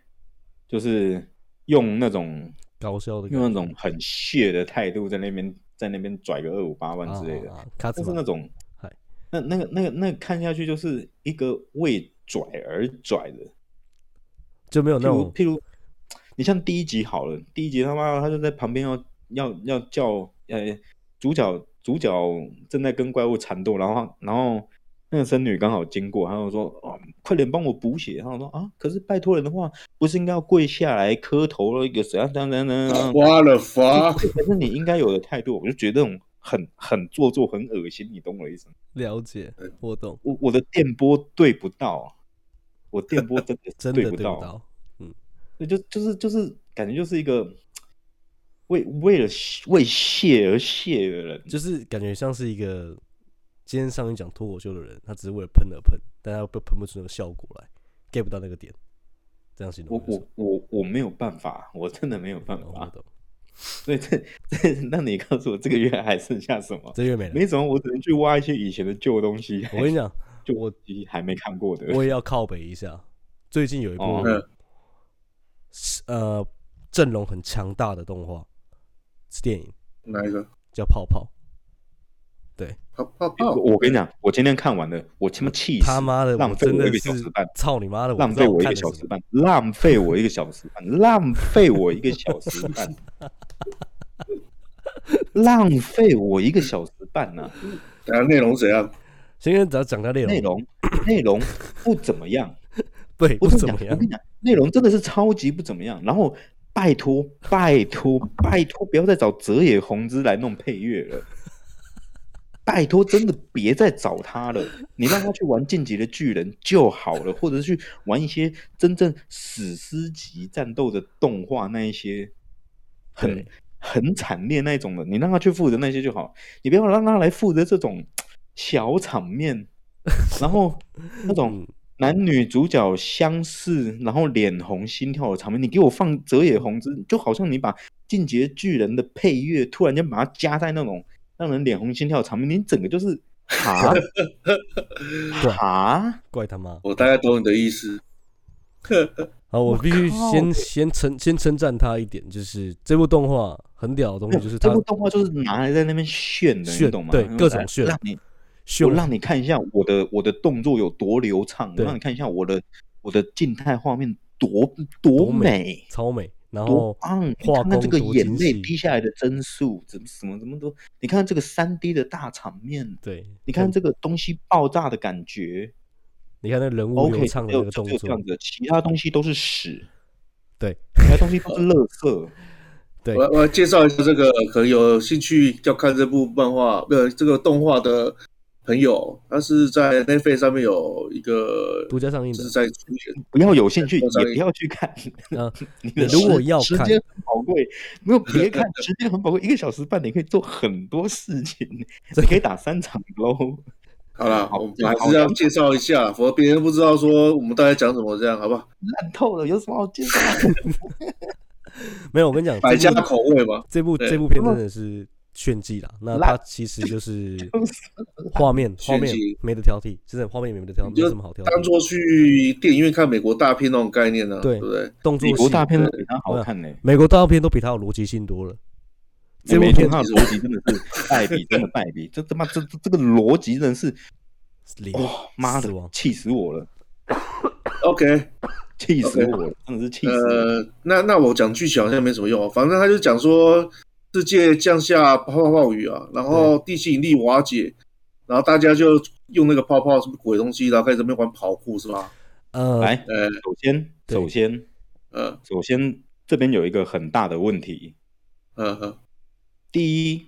Speaker 1: 就是用那种
Speaker 2: 搞笑的感
Speaker 1: 用
Speaker 2: 觉，
Speaker 1: 那种很屑的态度在那边在那边拽个二五八万之类的，
Speaker 2: 啊，卡
Speaker 1: 就
Speaker 2: 兹
Speaker 1: 是那种
Speaker 2: 嗨，
Speaker 1: 那那个那个那个看下去就是一个为拽而拽的，
Speaker 2: 就没有那
Speaker 1: 譬如
Speaker 2: 种
Speaker 1: 譬如，你像第一集好了，第一集他妈他就在旁边要要要叫呃主角主角正在跟怪物缠斗，然后然后那个僧女刚好经过，然后说哦快点帮我补血，然后说啊可是拜托人的话不是应该要跪下来磕头了一个怎样怎样怎样怎样，
Speaker 3: 我的发，
Speaker 1: 这是你应该有的态度，我就觉得那种很很做作很恶心，你懂我意思吗？
Speaker 2: 了解，我懂，
Speaker 1: 我我的电波对不到，我电波真的是
Speaker 2: 真的
Speaker 1: 对
Speaker 2: 对
Speaker 1: 不
Speaker 2: 不
Speaker 1: 到。
Speaker 2: 到。
Speaker 1: 对，就就是就是感觉就是一个为为了为谢而谢的人，
Speaker 2: 就是感觉像是一个今天上一讲脱口秀的人，他只是为了喷而喷，但他不喷不出那个效果来，get 不到那个点，这样形容
Speaker 1: 我
Speaker 2: 没错。哦
Speaker 1: 我我我没有办法，我真的没有办
Speaker 2: 懂我
Speaker 1: 法。
Speaker 2: 懂，
Speaker 1: 所以这这， 那你告诉我这个月还剩下什么？
Speaker 2: 这月没了。
Speaker 1: 没什么，我只能去挖一些以前的旧东西，
Speaker 2: 我跟你讲，
Speaker 1: 旧
Speaker 2: 我
Speaker 1: 东西还没看过的。
Speaker 2: 我也要靠北一下。最近有一部
Speaker 1: 哦
Speaker 3: 嗯
Speaker 2: 是呃阵容很强大的动画，是电影
Speaker 3: 哪一个？
Speaker 2: 叫《泡泡》，
Speaker 3: 泡泡泡，
Speaker 1: 我跟你讲，我今天看完了，我他妈气死！
Speaker 2: 哦他妈的，
Speaker 1: 浪
Speaker 2: 我
Speaker 1: 费
Speaker 2: 真
Speaker 1: 我
Speaker 2: 的
Speaker 1: 一个小
Speaker 2: 是
Speaker 1: 时半，
Speaker 2: 操你妈的，
Speaker 1: 浪
Speaker 2: 不知道
Speaker 1: 费我一
Speaker 2: 看
Speaker 1: 个
Speaker 2: 了
Speaker 1: 小
Speaker 2: 什
Speaker 1: 时
Speaker 2: 么
Speaker 1: 半，浪费我一个小时半，浪费我一个小时半， 浪费我一个小时半呢、
Speaker 3: 等下内容怎样？
Speaker 2: 先跟大家讲一下内容，
Speaker 1: 内容内容不怎么 样，
Speaker 2: 对
Speaker 1: 我跟
Speaker 2: 不
Speaker 1: 你
Speaker 2: 怎
Speaker 1: 讲，
Speaker 2: 么
Speaker 1: 我
Speaker 2: 样
Speaker 1: 跟，你讲，内容真的是超级不怎么样。然后拜托拜托拜托，不要再找泽野弘之来弄配乐了。拜托，真的别再找他了。你让他去玩《进击的巨人》就好了，或者是去玩一些真正史诗级战斗的动画那一些，很
Speaker 2: 对
Speaker 1: 很惨烈那一种的，你让他去负责那些就好，你不要让他来负责这种小场面，然后那种男女主角相似，然后脸红心跳的场面，你给我放泽野弘之，就好像你把《进击的巨人》的配乐突然间把它加在那种让人脸红心跳的场面，你整个 就是哈哈，
Speaker 2: 怪他妈。
Speaker 3: 我大概懂你的意思。
Speaker 2: 好，我必须
Speaker 1: 靠
Speaker 2: 先先称先称赞他一点，就是这部动画很屌的东西，就是
Speaker 1: 这
Speaker 2: 它
Speaker 1: 部动画就是拿来在那边炫的，
Speaker 2: 炫
Speaker 1: 你懂吗？
Speaker 2: 对各种
Speaker 1: 来
Speaker 2: 炫
Speaker 1: 让你
Speaker 2: 秀
Speaker 1: 我让你看一下我的我的动作有多流畅，我
Speaker 2: 对
Speaker 1: 让你看一下我的我的静态画面多多
Speaker 2: 多美
Speaker 1: 美
Speaker 2: 超美，然
Speaker 1: 多
Speaker 2: 后
Speaker 1: 棒！你
Speaker 2: 画
Speaker 1: 看看
Speaker 2: 工
Speaker 1: 这个
Speaker 2: 多
Speaker 1: 眼
Speaker 2: 精
Speaker 1: 泪
Speaker 2: 细
Speaker 1: 滴下来的帧数，怎么什么怎么都，你看看这个三 D 的大场面，
Speaker 2: 对，
Speaker 1: 你看这个东西爆炸的感觉。
Speaker 2: 你看那人物
Speaker 1: 哦 OK，
Speaker 2: 流畅的
Speaker 1: 只
Speaker 2: 那
Speaker 1: 有
Speaker 2: 个
Speaker 1: 只
Speaker 2: 动
Speaker 1: 有这
Speaker 2: 作
Speaker 1: 样，子，其他东西都是屎，
Speaker 2: 对
Speaker 1: 其他东西都是垃圾。
Speaker 2: 对
Speaker 3: 我要我要介绍一下这个，可能有兴趣要看这部漫画，呃，这个动画的朋友，他是在 Netflix 上面有一个，
Speaker 2: 独家上映
Speaker 3: 就
Speaker 2: 的
Speaker 3: 是。在出演，
Speaker 1: 不要有 兴趣，
Speaker 3: 我
Speaker 1: 也
Speaker 3: 找
Speaker 1: 不
Speaker 3: 你
Speaker 1: 要去看。
Speaker 2: 嗯
Speaker 1: 你的
Speaker 2: 如果
Speaker 1: 时
Speaker 2: 要
Speaker 1: 时
Speaker 2: 看
Speaker 1: 间很宝贵，没有别看，时间很宝贵，一个小时半你可以做很多事情，你可以打三场喽。
Speaker 3: 好啦，
Speaker 1: 好
Speaker 3: 我们还是要介绍一下，否则别人不知道说我们大概讲什么，这样好不好？
Speaker 1: 烂透了，有什么好介绍？
Speaker 2: 没有，我跟你讲，
Speaker 3: 百
Speaker 2: 这
Speaker 3: 家
Speaker 2: 部
Speaker 3: 口味嘛，
Speaker 2: 这部
Speaker 3: 对
Speaker 2: 这部片真的是炫技啦。那它
Speaker 1: 烂
Speaker 2: 其实就是
Speaker 1: 嗯就是
Speaker 2: 画面画
Speaker 3: 炫
Speaker 2: 面
Speaker 3: 技
Speaker 2: 没得挑剔，真的画面也没得挑，
Speaker 3: 你
Speaker 2: 没有
Speaker 3: 就
Speaker 2: 什么好挑
Speaker 3: 当
Speaker 2: 剔。
Speaker 3: 做去电影院看美国大片那种概念呢、
Speaker 2: 对
Speaker 3: 对不对？
Speaker 2: 动作
Speaker 1: 美国
Speaker 2: 戏嗯
Speaker 1: 大，片都比它好看呢、
Speaker 2: 美国大片都比它有逻辑性多了。这
Speaker 1: 这
Speaker 2: 部
Speaker 1: 部
Speaker 2: 片
Speaker 1: 片它的逻辑真的是败笔，真的败笔。这他妈这这这个逻辑真的 是，
Speaker 2: 零
Speaker 1: 哇、哦妈
Speaker 2: 死
Speaker 1: 的
Speaker 2: 亡，
Speaker 1: 气死我了，
Speaker 3: OK，
Speaker 1: 气死我了，真的是气死我了。
Speaker 3: 呃，那那我讲剧情好像没什么用哦，反正他就讲说世界降下泡泡泡雨啊，然后地心引力瓦解，然后大家就用那个泡泡什么鬼东西，然后开始在那边玩跑酷是吧？
Speaker 2: 呃，
Speaker 1: 来，
Speaker 3: 呃
Speaker 1: 首先，
Speaker 2: 对
Speaker 1: 首先，
Speaker 3: 呃
Speaker 1: 首先，这边有一个很大的问题，
Speaker 3: 呃呃，
Speaker 1: 第一，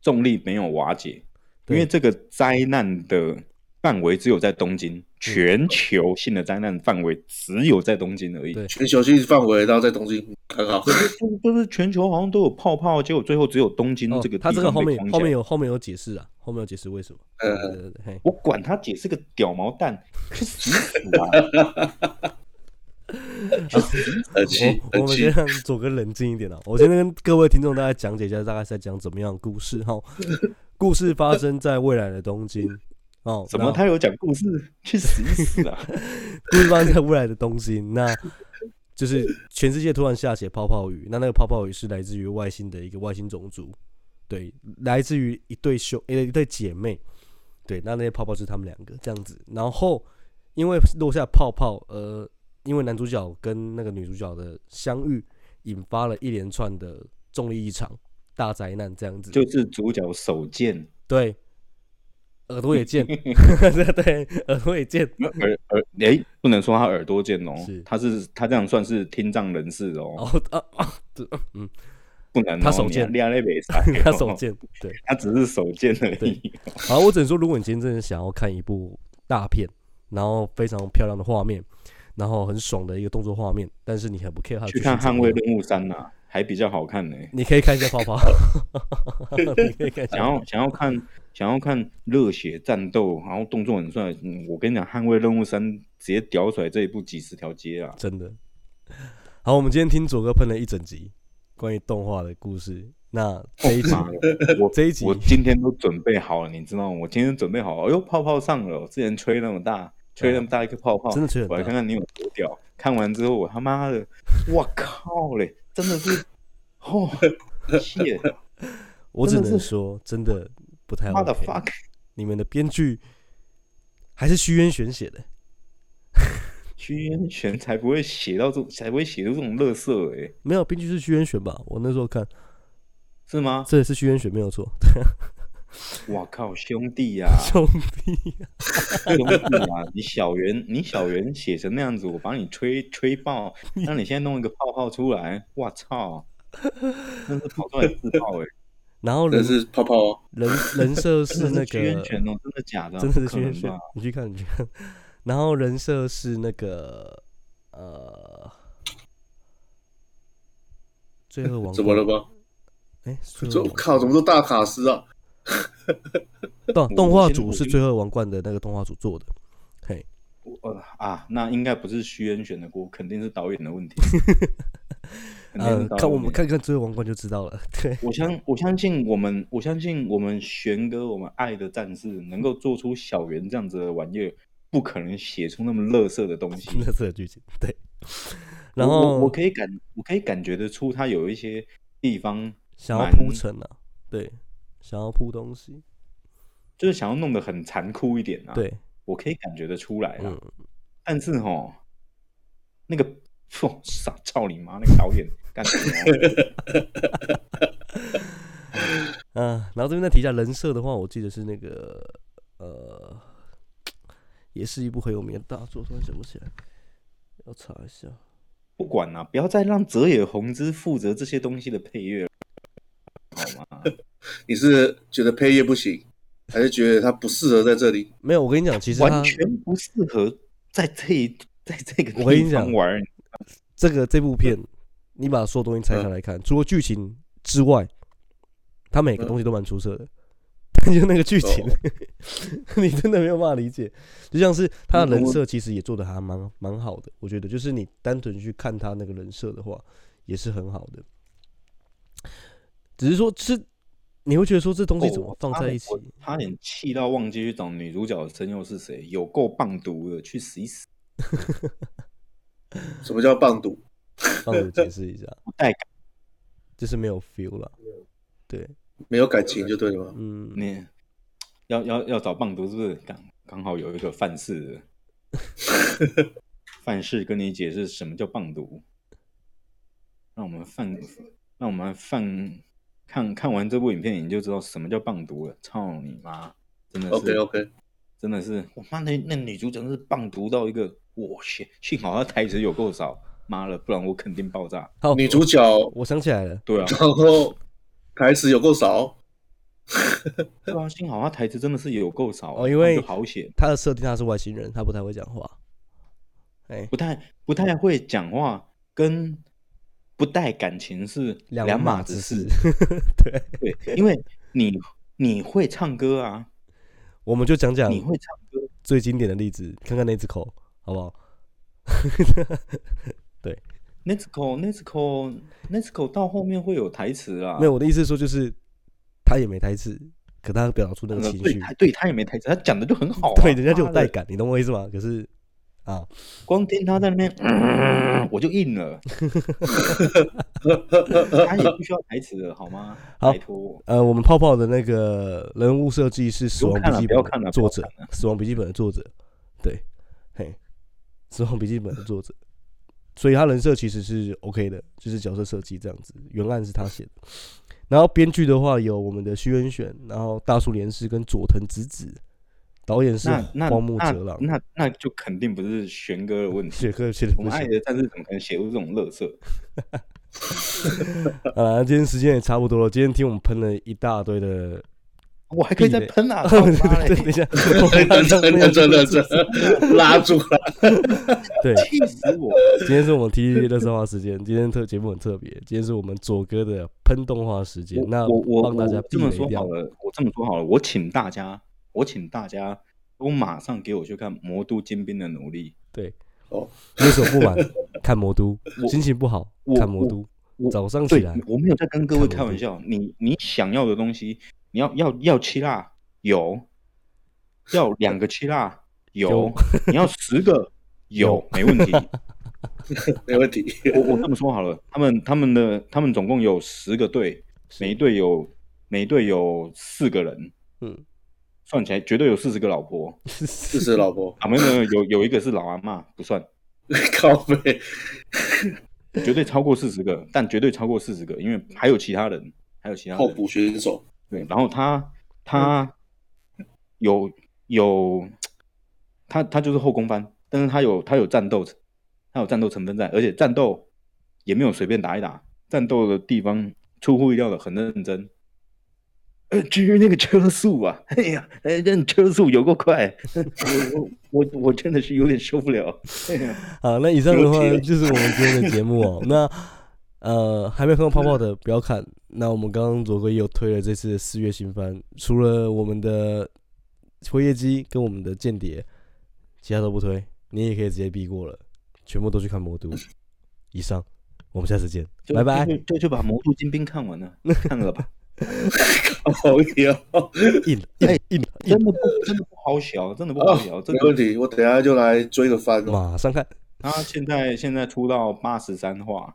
Speaker 1: 重力没有瓦解，因
Speaker 2: 对
Speaker 1: 为这个灾难的范围只有在东
Speaker 2: 嗯
Speaker 1: 京，全球性的灾难范围只有在东京而已。
Speaker 2: 对
Speaker 3: 全球性范围，然后在东京很 好。
Speaker 1: 就就是全球好像都有泡泡，结果最后只有东京
Speaker 2: 哦
Speaker 1: 这个地
Speaker 2: 它
Speaker 1: 方
Speaker 2: 这个后
Speaker 1: 被
Speaker 2: 面
Speaker 1: 框起
Speaker 2: 后
Speaker 1: 来
Speaker 2: 面有后面有解释啊，后面有解释为什么。
Speaker 3: 呃
Speaker 2: 对 对对，嘿
Speaker 1: 我管他姐是个屌毛蛋，去死死 啊！
Speaker 3: 很气
Speaker 2: 我
Speaker 3: 很
Speaker 2: 我们
Speaker 3: 气
Speaker 2: 先，让左哥冷静一点啊！我先跟各位听众大概讲解一下，大概是在讲怎么样的故事 哈。故事发生在未来的东京哦，
Speaker 1: 怎
Speaker 2: 那
Speaker 1: 么啊他有讲故事？去死一死 啊！
Speaker 2: 故事发生在未来的东京，那就是全世界突然下起泡泡雨，那那个泡泡雨是来自于外星的一个外星种族，对，来自于一对兄呃一对姐妹，对，那那些泡泡是他们两个这样子。然后因为落下泡泡，呃，因为男主角跟那个女主角的相遇，引发了一连串的重力异常大灾难这样子。
Speaker 1: 就是主角手贱，
Speaker 2: 对，耳朵也贱， 对，耳朵也 贱，
Speaker 1: 耳耳哎，不能说他耳朵贱哦
Speaker 2: 是，
Speaker 1: 他是他这样算是听障人士哦，
Speaker 2: 然后啊 啊，对嗯，
Speaker 1: 不能哦
Speaker 2: 他手贱
Speaker 1: 你啊你啊那没 事
Speaker 2: 他手，贱，对。
Speaker 1: 他只是手贱而已。
Speaker 2: 好，我只能说，如果你今天真的想要看一部大片，然后非常漂亮的画面，然后很爽的一个动作画面，但是你很不 care 它的
Speaker 1: 去
Speaker 2: 剧
Speaker 1: 看
Speaker 2: 情
Speaker 1: 《
Speaker 2: 怎
Speaker 1: 捍
Speaker 2: 么
Speaker 1: 卫
Speaker 2: 样，
Speaker 1: 任务三》呐，还比较好看呢。
Speaker 2: 你可以看一下泡 泡，你可以看一
Speaker 1: 想
Speaker 2: 下
Speaker 1: 要想要看想要看热血战斗，然后动作很帅，嗯我跟你讲，《捍卫任务三》直接屌甩这一部几十条街啊！
Speaker 2: 真的。好，我们今天听左哥喷了一整集关于动画的故事，那这一集、
Speaker 1: 哦妈的我
Speaker 2: 这一集
Speaker 1: 我今天都准备好了，你知道吗？我今天准备好了，哎呦，泡泡上了，我之前吹那么大，吹那么大一个泡泡，
Speaker 2: 啊真的吹很大
Speaker 1: 我来看看你有多屌。看完之后，我他妈 的，我靠嘞，真的是， 哦，谢
Speaker 2: 我只
Speaker 1: 真的
Speaker 2: 能
Speaker 1: 是
Speaker 2: 说真的不太
Speaker 1: 妈的
Speaker 2: OK，
Speaker 1: fuck，
Speaker 2: 你们的编剧还是虚渊玄写的，
Speaker 1: 屈原全才不会写到这种，才不会写出这种乐色哎，
Speaker 2: 没有编剧是虚渊玄吧？我那时候看
Speaker 1: 是 吗？
Speaker 2: 这也是虚渊玄没有错，
Speaker 1: 我靠，兄弟呀、
Speaker 2: 兄弟。
Speaker 1: 兄弟啊，你小圆，你小圆写成那样子，我把你吹吹 爆，让你现在弄一个泡泡出来，我操，真是跑出来自爆哎、
Speaker 2: 然后人
Speaker 3: 真是泡泡哦，
Speaker 2: 人人 设 是
Speaker 1: 真
Speaker 2: 那
Speaker 1: 的是屈原
Speaker 2: 个，
Speaker 1: 拳哦，真的假的啊？
Speaker 2: 真的是
Speaker 1: 不可
Speaker 2: 屈原
Speaker 1: 能
Speaker 2: 玄
Speaker 1: 吧？，
Speaker 2: 你去看你去看。然后人设是那个呃，罪恶王
Speaker 3: 怎么了
Speaker 2: 冠？
Speaker 3: 吗？
Speaker 2: 哎，罪恶
Speaker 3: 这
Speaker 2: 王
Speaker 3: 我
Speaker 2: 冠
Speaker 3: 靠，怎么都大卡司啊？
Speaker 2: 动
Speaker 1: 我
Speaker 2: 动画
Speaker 1: 先
Speaker 2: 组
Speaker 1: 我
Speaker 2: 是
Speaker 1: 先
Speaker 2: 罪恶王冠的那个动画组做的，嘿，
Speaker 1: 呃啊，那应该不是屈原选的锅，肯定是导演的问 题。肯定
Speaker 2: 呃
Speaker 1: 是，导演
Speaker 2: 看
Speaker 1: 的
Speaker 2: 我
Speaker 1: 问
Speaker 2: 们
Speaker 1: 题
Speaker 2: 看看罪恶王冠就知道了，对，
Speaker 1: 我相我相信我们，我相信我们玄哥，我们爱的战士能够做出小圆这样子的玩意儿，不可能写出那么乐色的 东西。
Speaker 2: 那色剧情对。然
Speaker 1: 我我
Speaker 2: 后
Speaker 1: 我可以感我可以感觉得出他有一些地方
Speaker 2: 想要
Speaker 1: 蛮
Speaker 2: 铺陈啊，对，想要铺东西，
Speaker 1: 就是想要弄得很残酷一点啊。，
Speaker 2: 对，
Speaker 1: 我可以感觉得出来啊。
Speaker 2: 嗯，
Speaker 1: 但是哦，那个 哦，傻操你妈！那个导演干什么？啊
Speaker 2: 嗯，然后这边再提一下人设的话，我记得是那个呃，也是一部很有名的大作，突然想不起来，要查一下。
Speaker 1: 不管啦、不要再让泽野弘之负责这些东西的配乐了，好吗？
Speaker 3: 你是觉得配乐不行，还是觉得它不适合在这里？
Speaker 2: 没有，我跟你讲，其实他
Speaker 1: 完全不适合在这一在这个
Speaker 2: 我跟你
Speaker 1: 地
Speaker 2: 讲
Speaker 1: 方玩。
Speaker 2: 这个这部
Speaker 1: 嗯
Speaker 2: 片，你把所有东西拆开来看，除了剧情之外，它每个
Speaker 3: 嗯
Speaker 2: 东西都蛮出色的。 就那个剧情，
Speaker 1: 哦
Speaker 2: 你真的没有办法理解。就像是他的人设，其实也做的还蛮蛮好的，我觉得。就是你单纯去看他那个人设的话，也是很好的。只是说，是你会觉得说这东西
Speaker 1: 哦
Speaker 2: 怎么
Speaker 1: 我
Speaker 2: 放
Speaker 1: 差
Speaker 2: 在
Speaker 1: 点
Speaker 2: 一起
Speaker 1: 我？差点气到忘记去找女主角的声优是谁，有够棒毒的，去死一死！
Speaker 3: 什么叫棒赌？
Speaker 2: 帮我解释一下，
Speaker 1: 不带感
Speaker 2: 就是没有 feel 了。对，
Speaker 3: 没有感情就对了嘛。
Speaker 2: 嗯，
Speaker 1: 你要要要找棒毒是不是？刚刚好有一个范式的，范式跟你解释什么叫棒毒，让我们范让我们范看看完这部影片你就知道什么叫棒毒了，操你妈！真的是
Speaker 3: OK OK，
Speaker 1: 真的是，我妈那那女主角真是棒读到一个，我幸幸好她台词有够少，妈了，不然我肯定爆炸。
Speaker 2: 好，
Speaker 3: 女主角，
Speaker 2: 我想起来了，
Speaker 1: 对啊，
Speaker 3: 然后台词有够少，
Speaker 1: 对啊，幸好她台词真的是有够少啊，
Speaker 2: 哦因为
Speaker 1: 她就好写，
Speaker 2: 他的设定他是外星人，他不太会讲话。哎、
Speaker 1: 不太不太会讲话，跟不带感情是两
Speaker 2: 码
Speaker 1: 子
Speaker 2: 子
Speaker 1: 事
Speaker 2: 事。。 对，
Speaker 1: 对，因为你你会唱歌啊，
Speaker 2: 我们就讲讲
Speaker 1: 你会唱歌，
Speaker 2: 最经典的例子，看看那只口好不好？
Speaker 1: n e t s c o n e t s c o n e t s c o 到后面会有台词啊。
Speaker 2: 没有，我的意思是说就是他也没台词，可他表达出那个
Speaker 1: 呃
Speaker 2: 情
Speaker 1: 对
Speaker 2: 绪，
Speaker 1: 她对她也没台词，她讲的就很好啊、
Speaker 2: 对，人家就有
Speaker 1: 妈的
Speaker 2: 带感，你懂我意思吗？可是啊，
Speaker 1: 光听他在那边，嗯我就硬了。他也不需要台词了，好吗？
Speaker 2: 好
Speaker 1: 拜托我。
Speaker 2: 呃，我们泡泡的那个人物设计是《死
Speaker 1: 不
Speaker 2: 亡
Speaker 1: 看
Speaker 2: 笔
Speaker 1: 了
Speaker 2: 记
Speaker 1: 不
Speaker 2: 本
Speaker 1: 要》看了
Speaker 2: 的
Speaker 1: 不要
Speaker 2: 作者，《死亡笔记本》的作者，对，嘿，《死亡笔记本》的作者，所以他人设其实是 OK 的，就是角色设计这样子，原案是他写的。然后编剧的话有我们的徐恩选，然后大树连氏跟佐藤直子，导演是
Speaker 1: 那那
Speaker 2: 荒木哲
Speaker 1: 那
Speaker 2: 郎。
Speaker 1: 那那就肯定不是玄哥的问题。
Speaker 2: 写歌写的
Speaker 1: 我
Speaker 2: 不
Speaker 1: 们
Speaker 2: 行
Speaker 1: 爱的战士怎么可能写出这种乐色？
Speaker 2: 啊！那今天时间也差不多了，今天听我们喷了一大堆的
Speaker 1: 我还可以再
Speaker 2: 避雷
Speaker 1: 喷 啊！操你妈嘞
Speaker 2: 对，等一下，我
Speaker 3: 哎等
Speaker 2: 们
Speaker 3: 等
Speaker 2: 没有
Speaker 3: 等等
Speaker 2: 这个
Speaker 3: 等
Speaker 2: 字
Speaker 3: 等，拉住了，
Speaker 2: 对，
Speaker 1: 气死我！
Speaker 2: 今天是我们 T T 的策划时间，今天特节目很特别，今天是我们左哥的喷动画时间
Speaker 1: 我，
Speaker 2: 那
Speaker 1: 我我
Speaker 2: 帮大家
Speaker 1: 我
Speaker 2: 避
Speaker 1: 这么
Speaker 2: 雷
Speaker 1: 说好
Speaker 2: 掉。
Speaker 1: 了，我这么说好了，我请大家，我请大家都马上给我去看《魔都精兵的努力
Speaker 2: 对，
Speaker 3: 哦
Speaker 2: 有所不满，看魔都；
Speaker 1: 我
Speaker 2: 心情不好，
Speaker 1: 我
Speaker 2: 看魔都
Speaker 1: 我。
Speaker 2: 早上》。起
Speaker 1: 对
Speaker 2: 来，，
Speaker 1: 我没有在跟各位开
Speaker 2: 看魔都
Speaker 1: 玩笑。你你想要的东西，你要要要七辣有，要两个七辣有
Speaker 2: 有，
Speaker 1: 你要十个 有，没问题。
Speaker 3: 没问题。
Speaker 1: 我我这么说好了，他们他们的他们总共有十个队，每 一队有每一队有四个人，
Speaker 2: 嗯，
Speaker 1: 算起来绝对有四十个老婆
Speaker 3: 四十老婆，
Speaker 1: 啊！没有没有，有有一个是老阿嬷，不算，
Speaker 3: 靠背，
Speaker 1: 绝对超过四十个，但绝对超过四十个，因为还有其他人，还有其他
Speaker 3: 候
Speaker 1: 人。
Speaker 3: 补选手，
Speaker 1: 对，然后他
Speaker 2: 嗯
Speaker 1: 他有有他他就是后空翻，但是他有他有战斗，他有战斗成分在，而且战斗也没有随便打一打，战斗的地方出乎意料的很认真。 呃，至于那个车速啊， 哎呀，哎，那车速有够快， 我我我我真的是有点受不了。哎呀
Speaker 2: 好，啊那以上的话
Speaker 3: 有题了
Speaker 2: 就是我们今天的节目哦。那呃，还没有看到泡泡的不要看。那我们刚刚左哥也有推了这次的四月新番，除了我们的《辉夜姬》跟我们的《间谍》，其他都不推，你也可以直接避过了，全部都去看《魔都》。以上，我们下次见，
Speaker 1: 就
Speaker 2: 拜拜
Speaker 1: 就。就就把《魔都精兵》看完 了，看了吧，
Speaker 3: 靠腰。
Speaker 2: 硬了，硬了，硬了，硬
Speaker 1: 真的不真的不好笑，真的不好哦
Speaker 2: 啊
Speaker 1: 笑，真
Speaker 3: 没
Speaker 1: 的
Speaker 3: 问题，我等一下就来追个番
Speaker 2: 了，
Speaker 3: 哦。
Speaker 2: 马上看。
Speaker 1: 他现在现在出到八十三话，